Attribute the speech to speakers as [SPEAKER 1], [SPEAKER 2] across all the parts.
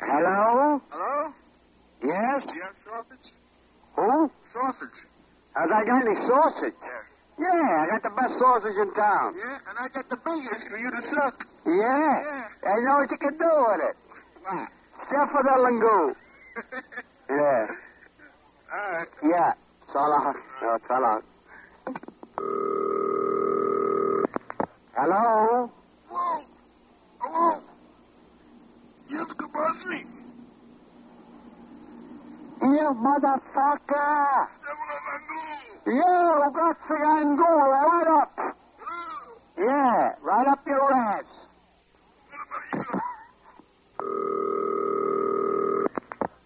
[SPEAKER 1] Hello?
[SPEAKER 2] Hello?
[SPEAKER 1] Yes?
[SPEAKER 2] Do you have sausage?
[SPEAKER 1] Who?
[SPEAKER 2] Sausage.
[SPEAKER 1] Has I got any sausage?
[SPEAKER 2] Yeah.
[SPEAKER 1] Yeah, I got the best sausage in town.
[SPEAKER 2] Yeah, and I got the biggest for you to suck.
[SPEAKER 1] Yeah? I know what you can do with it.
[SPEAKER 2] What?
[SPEAKER 1] Except for the lingo. Yeah.
[SPEAKER 2] All right.
[SPEAKER 1] Yeah. So long. No, so long. Hello?
[SPEAKER 2] Whoa. Hello. Yes, Kabasi.
[SPEAKER 1] You motherfucker!
[SPEAKER 2] Devil
[SPEAKER 1] You got the angle right up.
[SPEAKER 2] Oh,
[SPEAKER 1] Yeah, right up your ass.
[SPEAKER 2] What about you?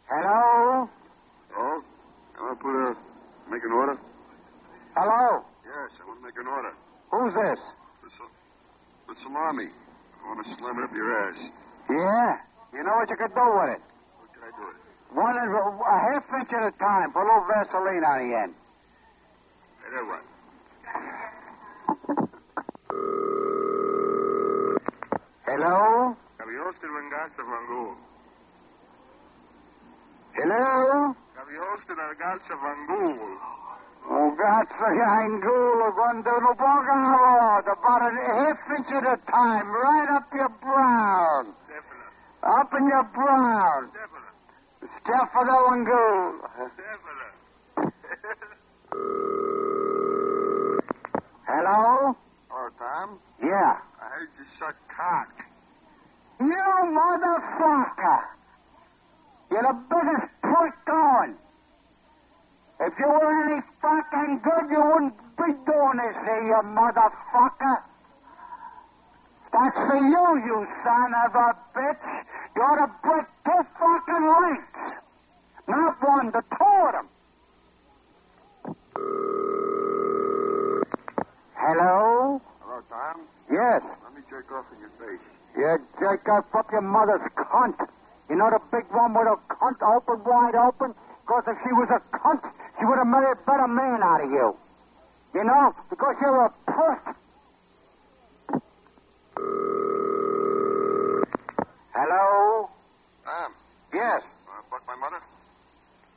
[SPEAKER 1] Hello?
[SPEAKER 2] Oh? I want to put a... Make an order?
[SPEAKER 1] Hello?
[SPEAKER 2] Yes, I want to make an order.
[SPEAKER 1] Who's this?
[SPEAKER 2] The, sal- the salami. I want to slam it up your ass.
[SPEAKER 1] Yeah. You know what you could do with it?
[SPEAKER 2] How can I do it?
[SPEAKER 1] One is a, a half inch at a time. Put a little Vaseline on the end.
[SPEAKER 2] And then what?
[SPEAKER 1] Hello?
[SPEAKER 2] Cavios del venganza, Vangul.
[SPEAKER 1] Hello?
[SPEAKER 2] Cavios del venganza, Vangul.
[SPEAKER 1] Oh, God, for young ghoul, going to the bogaro, about a half inch at a time, right up your brown.
[SPEAKER 2] Definite.
[SPEAKER 1] Up in your brown.
[SPEAKER 2] Definite.
[SPEAKER 1] Step for the one ghoul.
[SPEAKER 2] Definite.
[SPEAKER 1] Hello?
[SPEAKER 2] Oh, Tom,
[SPEAKER 1] Yeah.
[SPEAKER 2] I heard you suck cock.
[SPEAKER 1] You motherfucker! You're the biggest prick going. If you were any fucking good, you wouldn't be doing this here, you motherfucker. That's for you, you son of a bitch. You ought to break two fucking legs. Not one, the two of them. Hello?
[SPEAKER 2] Hello, Tom.
[SPEAKER 1] Yes.
[SPEAKER 2] Let me jerk off in your face.
[SPEAKER 1] You jerk off up your mother's cunt. You You know the big one with her cunt open, wide open? Because if she was a cunt, she would have made a better man out of you. You know, because you're a puss. Hello?
[SPEAKER 3] Tom,
[SPEAKER 1] Yes.
[SPEAKER 3] you want to fuck my mother?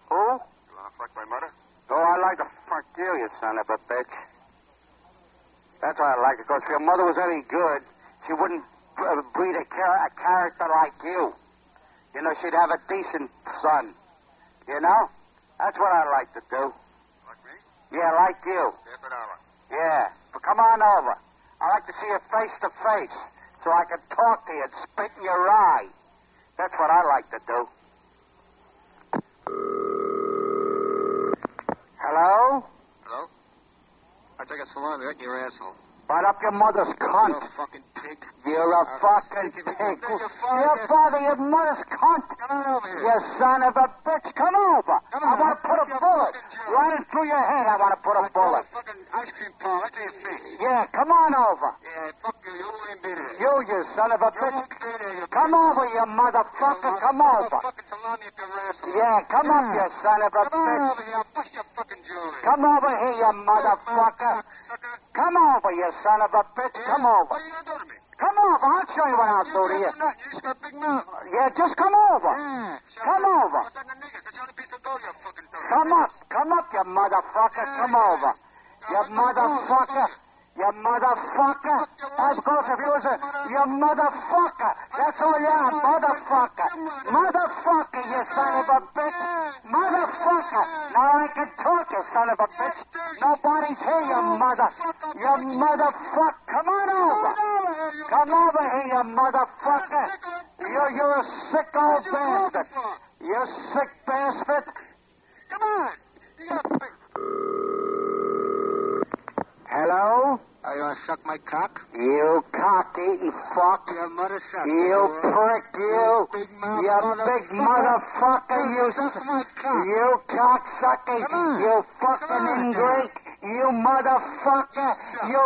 [SPEAKER 1] Who?
[SPEAKER 3] You want to fuck my mother?
[SPEAKER 1] Oh, I like to fuck you, you son of a bitch. That's what I like, because if your mother was any good, she wouldn't uh, breed a, char- a character like you. You know, she'd have a decent son. You know? That's what I like to do.
[SPEAKER 3] Fuck me?
[SPEAKER 1] Yeah, like you.
[SPEAKER 3] Half an hour.
[SPEAKER 1] Yeah. But come on over. I like to see you face to face, so I can talk to you and spit in your eye. That's what I like to do. Hello?
[SPEAKER 3] Hello? I take a salami right in your asshole.
[SPEAKER 1] Bite up your mother's
[SPEAKER 3] You
[SPEAKER 1] cunt.
[SPEAKER 3] fucking pig.
[SPEAKER 1] You're a
[SPEAKER 3] Uh,
[SPEAKER 1] fucking pig.
[SPEAKER 3] speak if you think
[SPEAKER 1] Your
[SPEAKER 3] your father-
[SPEAKER 1] father, your mother's cunt.
[SPEAKER 3] Come on over here.
[SPEAKER 1] You son of a bitch. Come over.
[SPEAKER 3] Come
[SPEAKER 1] I
[SPEAKER 3] on,
[SPEAKER 1] want to
[SPEAKER 3] I'll
[SPEAKER 1] put a
[SPEAKER 3] put you
[SPEAKER 1] bullet
[SPEAKER 3] fucking jail.
[SPEAKER 1] right in through your head. I want to put a
[SPEAKER 3] I throw
[SPEAKER 1] bullet.
[SPEAKER 3] a fucking ice cream paw right to your face.
[SPEAKER 1] Yeah, come on over.
[SPEAKER 3] Yeah, fuck you. You won't be there.
[SPEAKER 1] You, you son of a
[SPEAKER 3] You
[SPEAKER 1] bitch.
[SPEAKER 3] won't be there. You
[SPEAKER 1] Come over, you motherfucker. Come over.
[SPEAKER 3] Fucking salami up your asshole.
[SPEAKER 1] Yeah, come up, you son of a
[SPEAKER 3] Come on
[SPEAKER 1] bitch.
[SPEAKER 3] over here. I'll bust your fucking jewelry.
[SPEAKER 1] Come over here, you motherfucker.
[SPEAKER 3] Cocksucker.
[SPEAKER 1] Come over, you son of a bitch.
[SPEAKER 3] Yeah?
[SPEAKER 1] Come over.
[SPEAKER 3] What are you gonna do to me?
[SPEAKER 1] Come over. I'll show you what I'll
[SPEAKER 3] You
[SPEAKER 1] do to you.
[SPEAKER 3] can't do nothing. You just got a big mouth.
[SPEAKER 1] Yeah, just come over.
[SPEAKER 3] Yeah.
[SPEAKER 1] Come over.
[SPEAKER 3] What's on the niggas? That's the only piece of gold you fucking throw.
[SPEAKER 1] Come up, come up, you motherfucker, come over. You motherfucker, you motherfucker. That's because if you was a, you motherfucker. That's all you are, motherfucker. Motherfucker, you son of a bitch. Motherfucker. Now I can talk, you son of a bitch. Nobody's here, you mother. You motherfucker. Come on over. Come over here, you motherfucker. You, you're a sick old bastard. You sick bastard.
[SPEAKER 3] Come on. You got a big.
[SPEAKER 1] Hello?
[SPEAKER 3] Are you gonna suck my cock?
[SPEAKER 1] You cock-eating fuck.
[SPEAKER 3] Your mother suck.
[SPEAKER 1] You prick, you.
[SPEAKER 3] Big mouth.
[SPEAKER 1] You big motherfucker, you.
[SPEAKER 3] suck
[SPEAKER 1] s-
[SPEAKER 3] my cock.
[SPEAKER 1] You cocksucker.
[SPEAKER 3] Come on.
[SPEAKER 1] You
[SPEAKER 3] Come
[SPEAKER 1] fucking
[SPEAKER 3] on,
[SPEAKER 1] ingrate. You motherfucker. You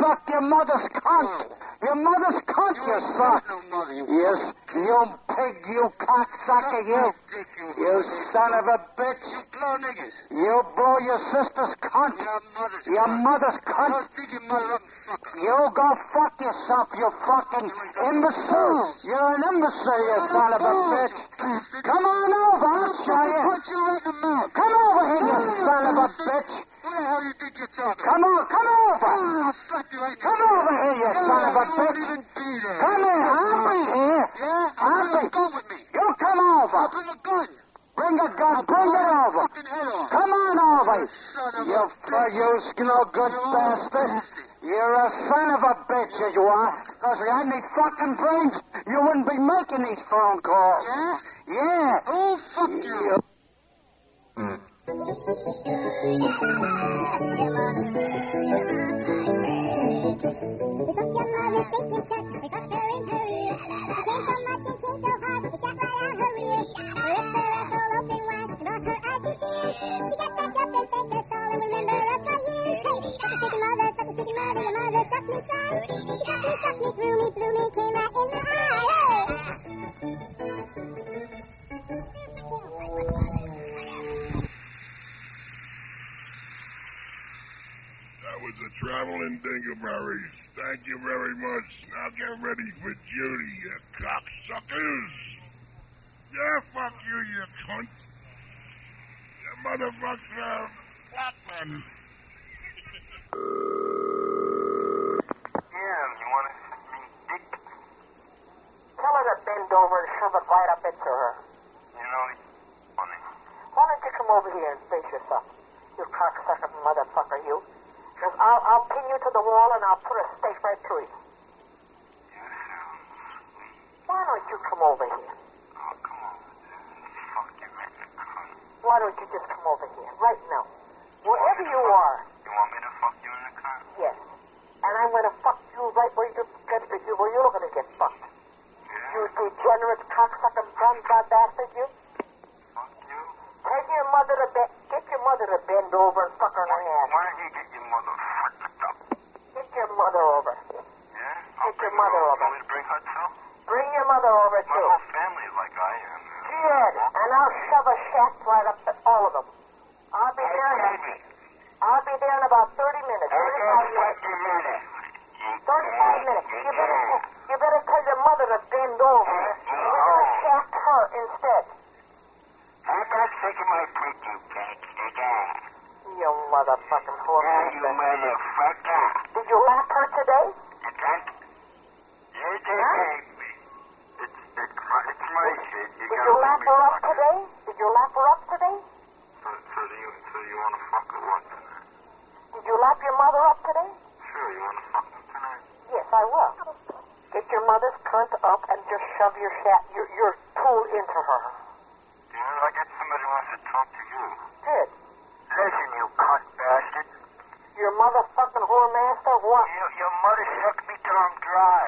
[SPEAKER 1] suck your mother's cunt. Your mother's cunt, you
[SPEAKER 3] ain't
[SPEAKER 1] suck.
[SPEAKER 3] got No mother, you.
[SPEAKER 1] You, s- you pig, you cocksucker,
[SPEAKER 3] Suck
[SPEAKER 1] you.
[SPEAKER 3] my dick,
[SPEAKER 1] You son of a bitch.
[SPEAKER 3] You blow niggas.
[SPEAKER 1] You blow your sister's cunt.
[SPEAKER 3] Your mother's
[SPEAKER 1] Your
[SPEAKER 3] cock.
[SPEAKER 1] mother's cunt.
[SPEAKER 3] Go beat your mother up and fuck her.
[SPEAKER 1] You go fuck yourself, you fucking imbecile. You're an imbecile, you son of a bitch.
[SPEAKER 3] Bastard.
[SPEAKER 1] Come on over, I'll show you.
[SPEAKER 3] Punch you right in the mouth.
[SPEAKER 1] Come over here, you son of a bitch.
[SPEAKER 3] Who the hell you think you're talking?
[SPEAKER 1] Come on, come over.
[SPEAKER 3] I'll suck you right
[SPEAKER 1] Come over here, you son of a
[SPEAKER 3] You
[SPEAKER 1] bitch.
[SPEAKER 3] won't even be there.
[SPEAKER 1] Come here, I'll be here.
[SPEAKER 3] Yeah?
[SPEAKER 1] I'll
[SPEAKER 3] I'll bring
[SPEAKER 1] be-
[SPEAKER 3] a gun with me.
[SPEAKER 1] You come
[SPEAKER 3] I'll
[SPEAKER 1] over.
[SPEAKER 3] bring a gun.
[SPEAKER 1] Bring a gun, bring it over.
[SPEAKER 3] Fucking head off.
[SPEAKER 1] Come on over.
[SPEAKER 3] Son of
[SPEAKER 1] You,
[SPEAKER 3] a
[SPEAKER 1] f- you no good bastard. You're a son of a bitch, as you are. Because if you had any fucking brains, you wouldn't be making these phone calls.
[SPEAKER 3] Yeah?
[SPEAKER 1] Yeah.
[SPEAKER 3] Oh, fuck you.
[SPEAKER 1] You
[SPEAKER 4] We fucked your mother, big and truck. We fucked her in her ear. She came so much and came so hard. We shot right out her rear. We ripped her asshole open wide. And lost her eyes to tears. She got back up and thanked us all and remember us for years. Hey, fuck your stinking mother, fuck your stinking mother. Your mother sucked me dry. She cut me, sucked me, threw me, blew me, came right in the eye. Hey!
[SPEAKER 5] That was a traveling dingleberries. Thank you very much. Now get ready for duty, you cocksuckers. Yeah, fuck you, you cunt. You motherfuckers are fucking.
[SPEAKER 6] Yeah, you want to suck me dick? Tell her to bend over and shove it right up into her.
[SPEAKER 3] You know, funny.
[SPEAKER 6] Why don't you come over here and face yourself, you cocksucker motherfucker, you? Because I'll, I'll pin you to the wall and I'll put a stake right through you. Why don't you come over here? Why don't you just come over here right now? Wherever you are. Yes. And I'm going to fuck you right where you're, where you're going to get fucked. You degenerate cocksucking grandpa bastard, you. Take your mother to bed. Get your mother to bend over and fuck her in the ass. Get your mother over. Oh, Bring your mother over too. head, and I'll shove a shaft right up to all of them. I'll be there. In, I'll be there in about 30 minutes. 35 minutes. 35 minutes. You better, you better tell your mother to bend over. We're going to shaft her instead. You motherfucking whore. Did you lap her today? Did you lap her up today? Did you lap her up today?
[SPEAKER 7] So, so do you, so you want to fuck or what?
[SPEAKER 6] Did you lap your mother up today?
[SPEAKER 7] Sure, you want to fuck them tonight?
[SPEAKER 6] Yes, I will. Get your mother's cunt up and just shove your shaft, your, your tool into her.
[SPEAKER 7] Do you know, I got somebody who wants to talk to you.
[SPEAKER 6] Good.
[SPEAKER 7] Listen, you cunt bastard.
[SPEAKER 6] Your motherfucking whore master what?
[SPEAKER 7] You, your mother sucked me till I'm dry.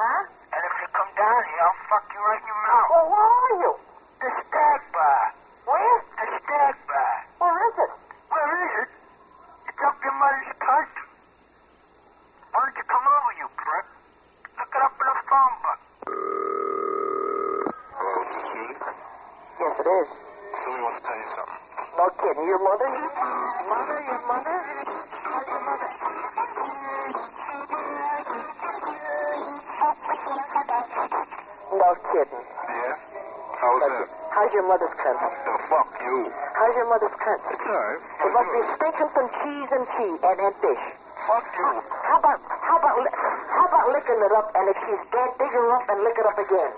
[SPEAKER 6] Huh?
[SPEAKER 7] And if you come down here, I'll fuck you right in your mouth.
[SPEAKER 6] Well, where are you?
[SPEAKER 7] The stag bar.
[SPEAKER 6] Where?
[SPEAKER 7] The stag bar.
[SPEAKER 6] Where is it?
[SPEAKER 7] Where is it? It's up your mother's cunt. Why don't you come over, you prick? Look it up in the phone book.
[SPEAKER 3] Hello, is this Judy?
[SPEAKER 6] Mm-hmm. Yes, it is.
[SPEAKER 3] Julie wants to tell you something.
[SPEAKER 6] No kidding. Your mother? Mother, your mother? How's your mother? No kidding.
[SPEAKER 3] Yeah? How was that?
[SPEAKER 6] How's your mother's cunt?
[SPEAKER 3] The fuck you.
[SPEAKER 6] How's your mother's cunt?
[SPEAKER 3] It's alright.
[SPEAKER 6] It must be stinking some cheese and cheese and, and fish.
[SPEAKER 3] Fuck you.
[SPEAKER 6] How about how about li- how about licking it up and if she's dead, dig her up and lick it up again.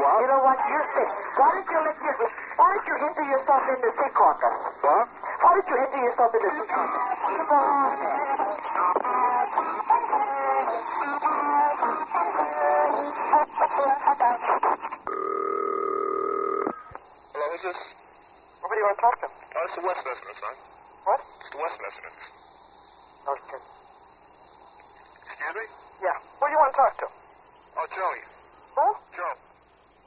[SPEAKER 3] What?
[SPEAKER 6] You know what? You're sick. Why don't you lick your why don't you enter yourself in the sea carcass?
[SPEAKER 3] What?
[SPEAKER 6] Why don't you enter yourself in the sea carcass?
[SPEAKER 3] Hello, is this?
[SPEAKER 6] What do you want to talk to?
[SPEAKER 3] Oh, it's the West Messenger, son.
[SPEAKER 6] What?
[SPEAKER 3] It's the West Messenger.
[SPEAKER 6] No kidding.
[SPEAKER 3] Excuse me?
[SPEAKER 6] Yeah. Who do you want to talk to?
[SPEAKER 3] Oh, Joey.
[SPEAKER 6] Who?
[SPEAKER 3] Joe,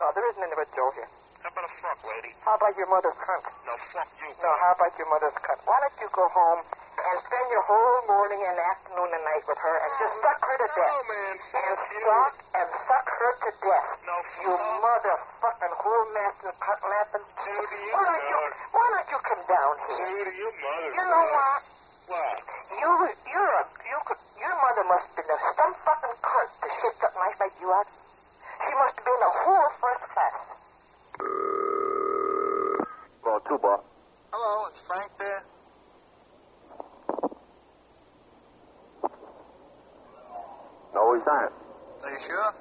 [SPEAKER 6] No, there isn't anybody Joe here.
[SPEAKER 3] how about a fuck, lady?
[SPEAKER 6] How about your mother's cunt?
[SPEAKER 3] No, fuck you.
[SPEAKER 6] No, how about your mother's cunt? Why don't you go home and spend your whole morning and afternoon and night with her and just suck her to death?
[SPEAKER 3] No, man.
[SPEAKER 6] And
[SPEAKER 3] You know-
[SPEAKER 6] suck and suck her to death.
[SPEAKER 3] No,
[SPEAKER 6] You motherfucking whole master cunt laughing.
[SPEAKER 3] Judy,
[SPEAKER 6] Why don't you, why don't you come down here?
[SPEAKER 3] Judy, your mother.
[SPEAKER 6] You know what?
[SPEAKER 3] What?
[SPEAKER 6] You, you're a, you could, your mother must have been a some fucking cunt to shit something like that you out. She must have been a whore first class.
[SPEAKER 8] Well, two bar.
[SPEAKER 3] Hello, is Frank there?
[SPEAKER 8] No, he's not.
[SPEAKER 3] Are you sure?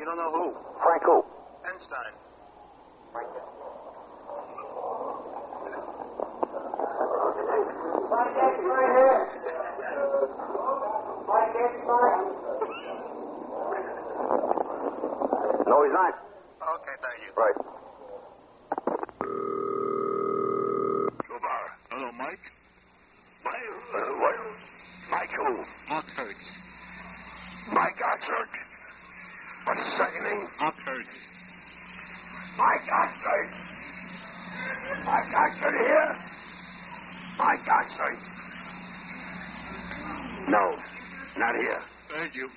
[SPEAKER 3] You don't know who?
[SPEAKER 8] Frank who?
[SPEAKER 3] Einstein.
[SPEAKER 8] No, he's not.
[SPEAKER 3] Okay, thank you.
[SPEAKER 8] Right.
[SPEAKER 5] Goodbye. Hello, Mike. Mike, uh, what? Mike who? Ockhurst. Mike Ockhurst? What's his second name? Ockhurst. Mike Ockhurst. Mike Ockhurst here? Mike Ockhurst. No, not here. Thank you.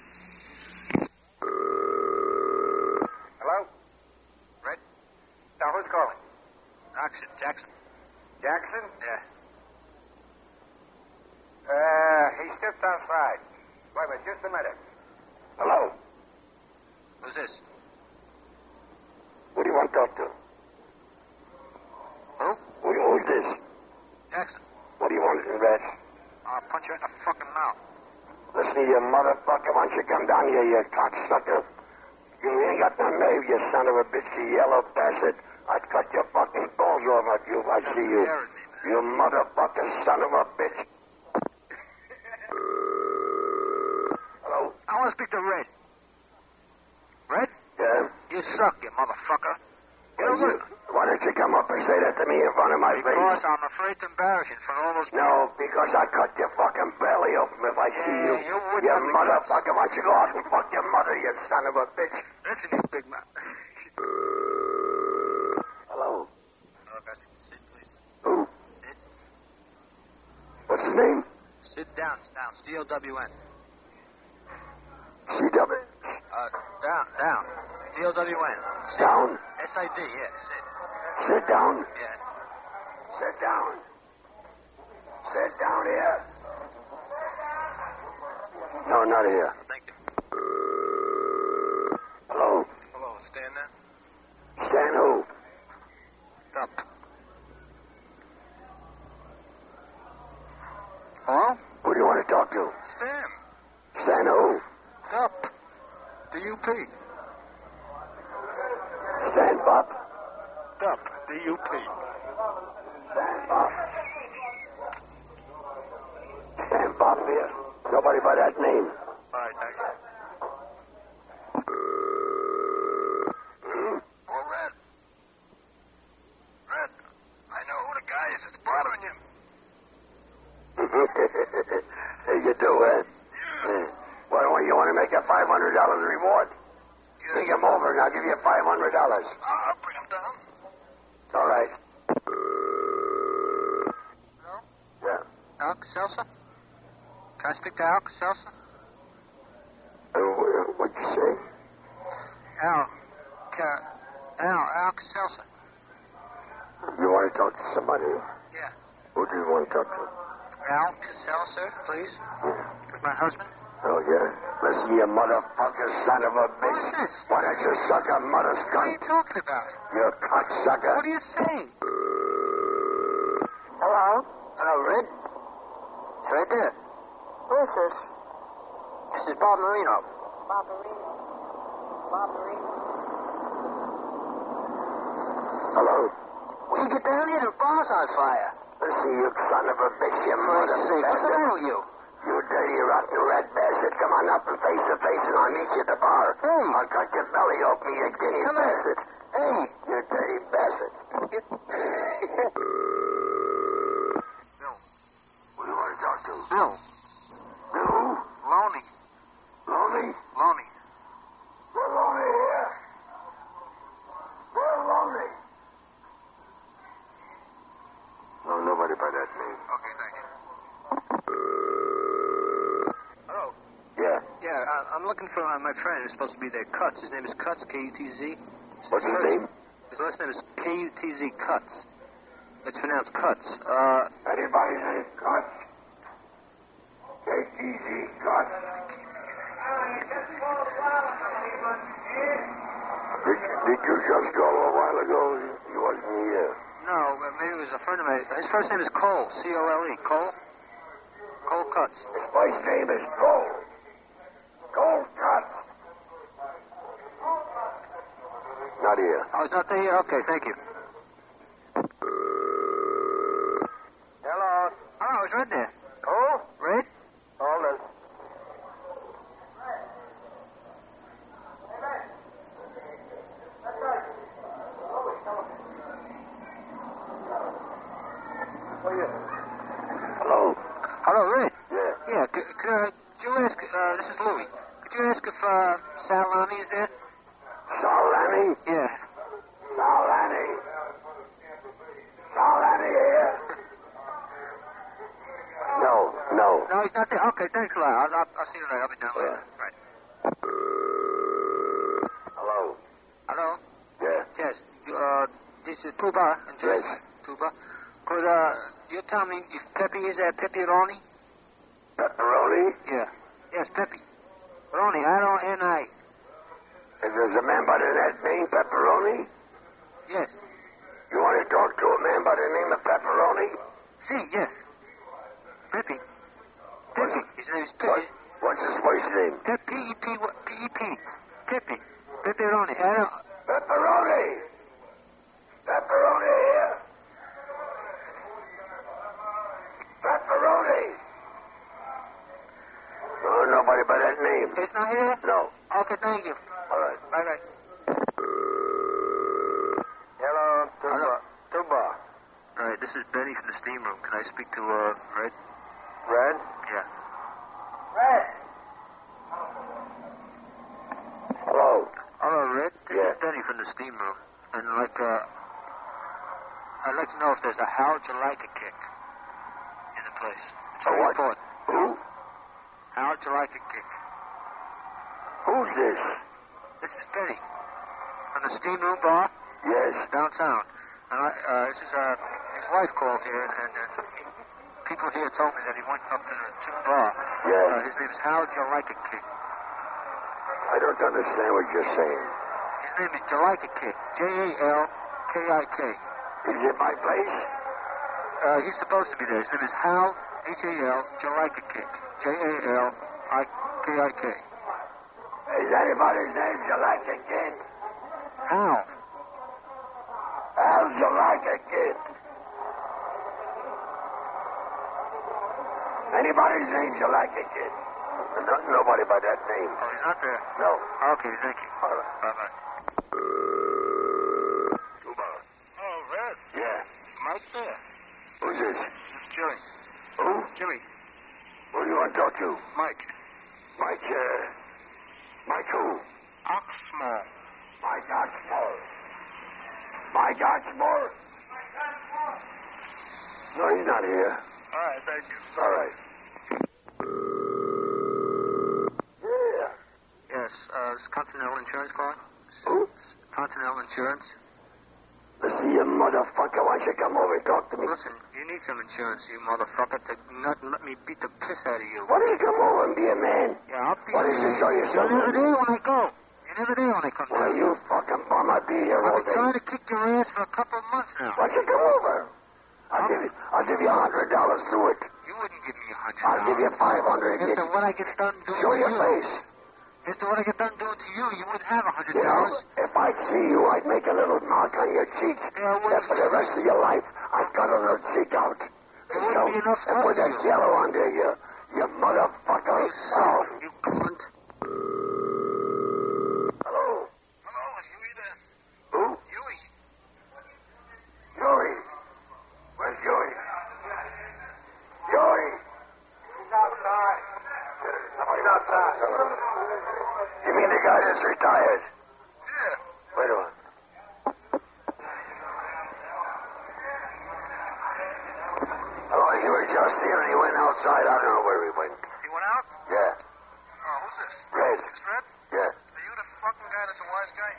[SPEAKER 8] Hello?
[SPEAKER 3] Red?
[SPEAKER 8] Now, who's calling?
[SPEAKER 3] Jackson, Jackson.
[SPEAKER 8] Jackson?
[SPEAKER 3] Yeah.
[SPEAKER 8] Uh, he stepped outside. Wait a minute, just a minute. Hello?
[SPEAKER 3] Who's this?
[SPEAKER 8] Who do you want to talk to?
[SPEAKER 3] Who?
[SPEAKER 8] Who, who's this?
[SPEAKER 3] Jackson.
[SPEAKER 8] What do you want, Rich?
[SPEAKER 3] I'll punch you in the fucking mouth.
[SPEAKER 8] Listen to you, motherfucker. Why don't you come down here, you cocksucker? You ain't got no nerve, you son of a bitch, you yellow bastard. I'd cut your fucking balls off if you, if I see you.
[SPEAKER 3] scared me, man.
[SPEAKER 8] You motherfucking son of a bitch. Hello?
[SPEAKER 3] I want to speak to Red. Red?
[SPEAKER 8] Yeah?
[SPEAKER 3] You suck, you motherfucker. You
[SPEAKER 8] Well,
[SPEAKER 3] don't
[SPEAKER 8] you-
[SPEAKER 3] look.
[SPEAKER 8] Why don't you come up and say that to me in front of my
[SPEAKER 3] Because
[SPEAKER 8] face?
[SPEAKER 3] I'm afraid to embarrass you in front of all those
[SPEAKER 8] No, because I cut your fucking belly open if I see
[SPEAKER 3] Yeah,
[SPEAKER 8] you.
[SPEAKER 3] you would
[SPEAKER 8] you
[SPEAKER 3] have the guts.
[SPEAKER 8] motherfucker, why don't you go out and fuck your mother, you son of a bitch?
[SPEAKER 3] Listen, you big man.
[SPEAKER 8] Hello?
[SPEAKER 3] Oh, if I could sit, please.
[SPEAKER 8] Who?
[SPEAKER 3] Sit.
[SPEAKER 8] What's his name?
[SPEAKER 3] Sit down, down. D-O-W-N.
[SPEAKER 8] CW.
[SPEAKER 3] Uh, down, down. D-O-W-N.
[SPEAKER 8] Down?
[SPEAKER 3] Hey,
[SPEAKER 2] S-I-D, yeah, Sid.
[SPEAKER 8] Sit down.
[SPEAKER 2] Yeah.
[SPEAKER 8] Sit down. Sit down here. No, not here.
[SPEAKER 2] Thank you.
[SPEAKER 8] Hello?
[SPEAKER 2] Hello, Stan there?
[SPEAKER 8] Stan who?
[SPEAKER 2] Up.
[SPEAKER 1] Hello?
[SPEAKER 8] Who do you want to talk to?
[SPEAKER 2] Stan,
[SPEAKER 8] Stan who?
[SPEAKER 2] up. D-U-P.
[SPEAKER 8] Stan Bob.
[SPEAKER 2] Up. D-U-P.
[SPEAKER 8] Stan Bob here. Nobody by that name.
[SPEAKER 2] All right, thank you.
[SPEAKER 3] Oh, Red. Red, I know who the guy is that's bothering you.
[SPEAKER 8] Hey, you do eh? it. Yeah. Hmm. Why don't you want to make a $500 reward? Think him over and I'll give you $500.
[SPEAKER 3] I'll bring him down.
[SPEAKER 8] All right. Uh,
[SPEAKER 2] Hello?
[SPEAKER 8] Yeah.
[SPEAKER 2] Alka Seltzer? Can I speak to Alka Seltzer?
[SPEAKER 8] Uh, wh- what'd you say?
[SPEAKER 2] Al. Ca- Al. Alka Seltzer.
[SPEAKER 8] You want to talk to somebody?
[SPEAKER 2] Yeah.
[SPEAKER 8] Who do you want to talk to?
[SPEAKER 2] Al Caselser, please. With my husband.
[SPEAKER 8] Oh, yeah. Listen, you motherfucker son of a
[SPEAKER 2] What
[SPEAKER 8] bitch.
[SPEAKER 2] is this?
[SPEAKER 8] Why don't you suck a mother's
[SPEAKER 2] What are you
[SPEAKER 8] cunt?
[SPEAKER 2] talking about?
[SPEAKER 8] You cocksucker.
[SPEAKER 2] What are you saying?
[SPEAKER 6] Hello?
[SPEAKER 1] Hello, uh, Red. It's right there.
[SPEAKER 6] Who is this?
[SPEAKER 1] This is Bob Marino.
[SPEAKER 6] Barbarino. Barbarino.
[SPEAKER 8] Hello?
[SPEAKER 1] Will you get down here? The bar's on fire.
[SPEAKER 8] Listen, you son of a bitch, you
[SPEAKER 1] Let's see. What's the matter
[SPEAKER 8] motherfucker.
[SPEAKER 1] with you?
[SPEAKER 8] You dirty, rotten red bastard. Come on up and face to face and I'll meet you at the bar.
[SPEAKER 1] Hey.
[SPEAKER 8] I'll cut your belly open, you guinea
[SPEAKER 1] Come here.
[SPEAKER 8] bastard.
[SPEAKER 1] Hey.
[SPEAKER 8] You dirty bastard.
[SPEAKER 2] Bill.
[SPEAKER 8] Who do you want to talk to?
[SPEAKER 2] Bill.
[SPEAKER 8] Who?
[SPEAKER 2] Loney.
[SPEAKER 8] Lonely?
[SPEAKER 2] Loney.
[SPEAKER 8] We're lonely here. We're lonely. No, nobody by that name.
[SPEAKER 2] Okay, thank you. Hello.
[SPEAKER 8] Yeah.
[SPEAKER 2] Oh, Yeah, I, I'm looking for uh, my friend who's supposed to be there, Cuts. His name is Cuts, K-U-T-Z.
[SPEAKER 8] What's his name?
[SPEAKER 2] His last name is K-U-T-Z Cuts. It's pronounced Cuts. Uh,
[SPEAKER 8] Anybody named Guts? Take easy, Guts. Did, did you just call a while ago? He wasn't here.
[SPEAKER 2] no, but maybe it was a friend of mine. His first name is Cole, C-O-L-E. E, Cole? Cole Cuts.
[SPEAKER 8] His wife's name is Cole. Cole Guts. Not here.
[SPEAKER 2] Oh, he's not there yet? Okay, thank you.
[SPEAKER 7] Hello.
[SPEAKER 2] Oh, it's Red there.
[SPEAKER 7] Who?
[SPEAKER 2] Red?
[SPEAKER 7] Hold on.
[SPEAKER 8] Hello?
[SPEAKER 2] Hello, Red.
[SPEAKER 8] Yeah.
[SPEAKER 2] Yeah, could, could, uh, could you ask, uh, this is Louie. Could you ask if, uh, Salami is there?
[SPEAKER 8] Solani?
[SPEAKER 2] Yeah.
[SPEAKER 8] Solani. Solani here? No, no.
[SPEAKER 2] No, he's not there. Okay, thanks a lot. I'll, I'll, I'll see you later. I'll be down later. Right.
[SPEAKER 8] Hello?
[SPEAKER 2] Hello?
[SPEAKER 8] Yeah.
[SPEAKER 2] Yes. you, Uh, this is Tuba. and
[SPEAKER 8] Yes.
[SPEAKER 2] Tuba. Could, uh, you tell me if Pepe is there? Pepe Loney?
[SPEAKER 8] Pepperoni?
[SPEAKER 2] Yeah. Yes, Pepe. Loney, R-O-N-I.
[SPEAKER 8] If there's a man by the that name Pepperoni,
[SPEAKER 2] Yes.
[SPEAKER 8] you want to talk to a man by the name of Pepperoni?
[SPEAKER 2] See, yes. Pepe. Pepe. His name is
[SPEAKER 8] What?
[SPEAKER 2] Pepe.
[SPEAKER 8] What's his wife's name?
[SPEAKER 2] Pepe, P-E-P, what? P-E-P. Pepe. Pepe Loney. R-O-
[SPEAKER 8] Pepperoni! Pepperoni here! Pepperoni! No, nobody by that name.
[SPEAKER 2] It's not here?
[SPEAKER 8] No.
[SPEAKER 2] Okay, thank you.
[SPEAKER 8] All right.
[SPEAKER 2] Bye-bye.
[SPEAKER 7] Hello, Tuba. Tuba.
[SPEAKER 2] All right, this is Benny from the steam room. Can I speak to, uh, Red?
[SPEAKER 7] Red?
[SPEAKER 2] Yeah.
[SPEAKER 8] Hello.
[SPEAKER 2] Hello, Oh, Red. This
[SPEAKER 8] Yeah.
[SPEAKER 2] is Benny from the steam room. And, like, uh, I'd like to know if there's a How'd You Like It kick in the place. It's
[SPEAKER 8] A
[SPEAKER 2] very
[SPEAKER 8] what?
[SPEAKER 2] important.
[SPEAKER 8] Who?
[SPEAKER 2] How'd You Like It kick?
[SPEAKER 8] Who's this?
[SPEAKER 2] This is Benny from the steam room bar.
[SPEAKER 8] Yes.
[SPEAKER 2] downtown. And I, uh, this is, uh, his wife called here, and, and people here told me that he went up to the to the bar.
[SPEAKER 8] Yes.
[SPEAKER 2] Uh, his name is Hal Jalikakick.
[SPEAKER 8] I don't understand what you're saying.
[SPEAKER 2] His name is Jalikakick. J-A-L-K-I-K.
[SPEAKER 8] Is it my place?
[SPEAKER 2] Uh, he's supposed to be there. His name is Hal, H-A-L, Jalikakick. J-A-L-I-K-I-K.
[SPEAKER 8] Is anybody's name Jelika Kid?
[SPEAKER 2] Hal.
[SPEAKER 8] How's Jelika Kid? Anybody's name Jelika Kid? No, nobody by that name.
[SPEAKER 2] Oh, he's not there.
[SPEAKER 8] No.
[SPEAKER 2] Okay, thank you.
[SPEAKER 8] All right.
[SPEAKER 2] Bye-bye.
[SPEAKER 8] Cuba.
[SPEAKER 3] Oh, Red.
[SPEAKER 8] Yeah.
[SPEAKER 3] It's Mike there.
[SPEAKER 8] Who's this?
[SPEAKER 3] It's Jimmy.
[SPEAKER 8] Who?
[SPEAKER 3] Jimmy.
[SPEAKER 8] Who do you want to talk to?
[SPEAKER 3] Mike.
[SPEAKER 8] Mike, uh, Mike who?
[SPEAKER 3] Oxmall.
[SPEAKER 8] Mike Oxmoor. Mike Oxmoor? No, he's not here.
[SPEAKER 3] All right, thank you.
[SPEAKER 8] All right. Yeah.
[SPEAKER 2] Yes, uh, it's Continental Insurance calling.
[SPEAKER 8] Who?
[SPEAKER 2] Continental Insurance.
[SPEAKER 8] Listen, you motherfucker, why don't you come over and talk to me?
[SPEAKER 2] Listen, you need some insurance, you motherfucker, to not let me beat the piss out of you.
[SPEAKER 8] Why don't you come over and be a man?
[SPEAKER 2] Yeah, I'll beat
[SPEAKER 8] Why don't you show yourself?
[SPEAKER 2] You're never there when I go. You're never there when I come
[SPEAKER 8] Well,
[SPEAKER 2] down.
[SPEAKER 8] you fucking bum, I'll be here all
[SPEAKER 2] I've been
[SPEAKER 8] day.
[SPEAKER 2] trying to kick your ass for a couple of months now.
[SPEAKER 8] Why don't you come over? I'll
[SPEAKER 2] Huh?
[SPEAKER 8] give you, I'll give you a hundred dollars to it.
[SPEAKER 2] You wouldn't give me a hundred
[SPEAKER 8] I'll give you five hundred.
[SPEAKER 2] After what I get done doing
[SPEAKER 8] Show
[SPEAKER 2] to
[SPEAKER 8] your
[SPEAKER 2] you,
[SPEAKER 8] face.
[SPEAKER 2] after what I get done doing to you, you wouldn't have a hundred
[SPEAKER 8] You know,
[SPEAKER 2] dollars.
[SPEAKER 8] if I'd see you, I'd make a little mark on your cheek.
[SPEAKER 2] Yeah, well-
[SPEAKER 8] and for the rest of your life, I've got a little cheek out.
[SPEAKER 2] There wouldn't be enough
[SPEAKER 8] and put
[SPEAKER 2] left
[SPEAKER 8] that
[SPEAKER 2] for you.
[SPEAKER 8] yellow under you, you
[SPEAKER 2] You
[SPEAKER 8] motherfucker. Oh,
[SPEAKER 2] son, you cunt.
[SPEAKER 8] hello.
[SPEAKER 3] Hello, is Huey there?
[SPEAKER 8] Who?
[SPEAKER 3] Huey.
[SPEAKER 8] Yuri. Where's Yuri? Yuri.
[SPEAKER 7] He's outside.
[SPEAKER 8] Somebody's outside. You mean the guy that's retired?
[SPEAKER 3] Yeah.
[SPEAKER 8] Wait a minute. Oh, you were just here and he went outside. I don't know where he went.
[SPEAKER 3] You went out?
[SPEAKER 8] Yeah.
[SPEAKER 3] Oh, who's this?
[SPEAKER 8] Red.
[SPEAKER 3] Is Red?
[SPEAKER 8] Yeah.
[SPEAKER 3] Are you the fucking guy that's a wise guy?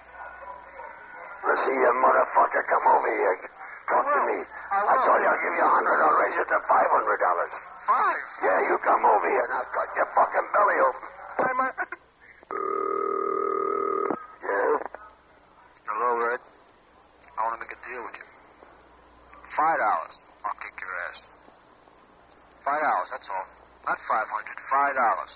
[SPEAKER 8] Let's see you motherfucker come over here. Talk to me.
[SPEAKER 3] I
[SPEAKER 8] I told you I'll give you a hundred. I'll raise it to five hundred dollars.
[SPEAKER 3] Five.
[SPEAKER 8] Yeah, you come over here and I'll cut your fucking belly open.
[SPEAKER 3] Why am I...
[SPEAKER 8] Yeah.
[SPEAKER 3] Hello, Red. I want to make a deal with you. Five dollars. I'll kick your ass. Five dollars, that's all. Not five hundred. Five dollars.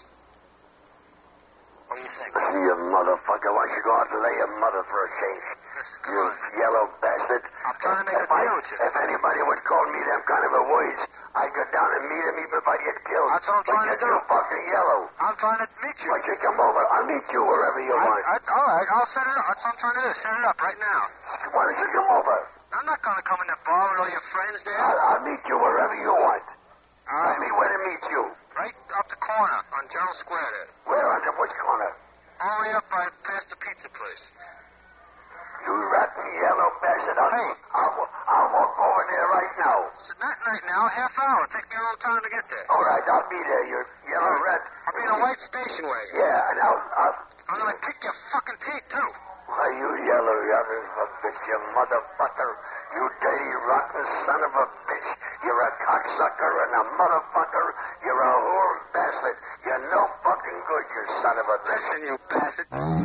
[SPEAKER 3] What do you think?
[SPEAKER 8] See you motherfucker. Why don't you go out and lay your mother for a change?
[SPEAKER 3] Listen, come
[SPEAKER 8] You
[SPEAKER 3] on.
[SPEAKER 8] yellow bastard.
[SPEAKER 3] I'm trying to make a
[SPEAKER 8] If I-
[SPEAKER 3] deal with you.
[SPEAKER 8] If anybody would call me them kind of a words, I'd go down and meet him even if I get killed.
[SPEAKER 3] That's what I'm
[SPEAKER 8] But
[SPEAKER 3] trying to
[SPEAKER 8] you're
[SPEAKER 3] do.
[SPEAKER 8] too fucking yellow.
[SPEAKER 3] I'm trying to meet you.
[SPEAKER 8] Why don't you come over? I'll meet you wherever you
[SPEAKER 3] I,
[SPEAKER 8] want.
[SPEAKER 3] I, all right, I'll set it up. That's what I'm trying to do. Set it up right now.
[SPEAKER 8] Why don't you come over?
[SPEAKER 3] I'm not going to come in that bar with all your friends there.
[SPEAKER 8] I'll, I'll meet you wherever you want.
[SPEAKER 3] All
[SPEAKER 8] Tell
[SPEAKER 3] right,
[SPEAKER 8] me where to meet you.
[SPEAKER 3] right up the corner on General Square there.
[SPEAKER 8] Where on the which corner?
[SPEAKER 3] All the way up by past the pizza place.
[SPEAKER 8] You rotten yellow bastard. I'll,
[SPEAKER 3] Hey.
[SPEAKER 8] I'll, I'll walk over there right now.
[SPEAKER 3] It's not right now, half hour. Take me a little time to get there.
[SPEAKER 8] All right, I'll be there, you yellow rat.
[SPEAKER 3] I'll be in a white station wagon.
[SPEAKER 8] Yeah, and I'll... I'll
[SPEAKER 3] I'm gonna kick your fucking teeth too.
[SPEAKER 8] Why, you yellow, yellow bitch, you motherfucker. You dirty, rotten son of a bitch. You're a cocksucker and a motherfucker. You're a whore bastard. You're no fucking good, you son of a bitch.
[SPEAKER 3] Listen, you bastard.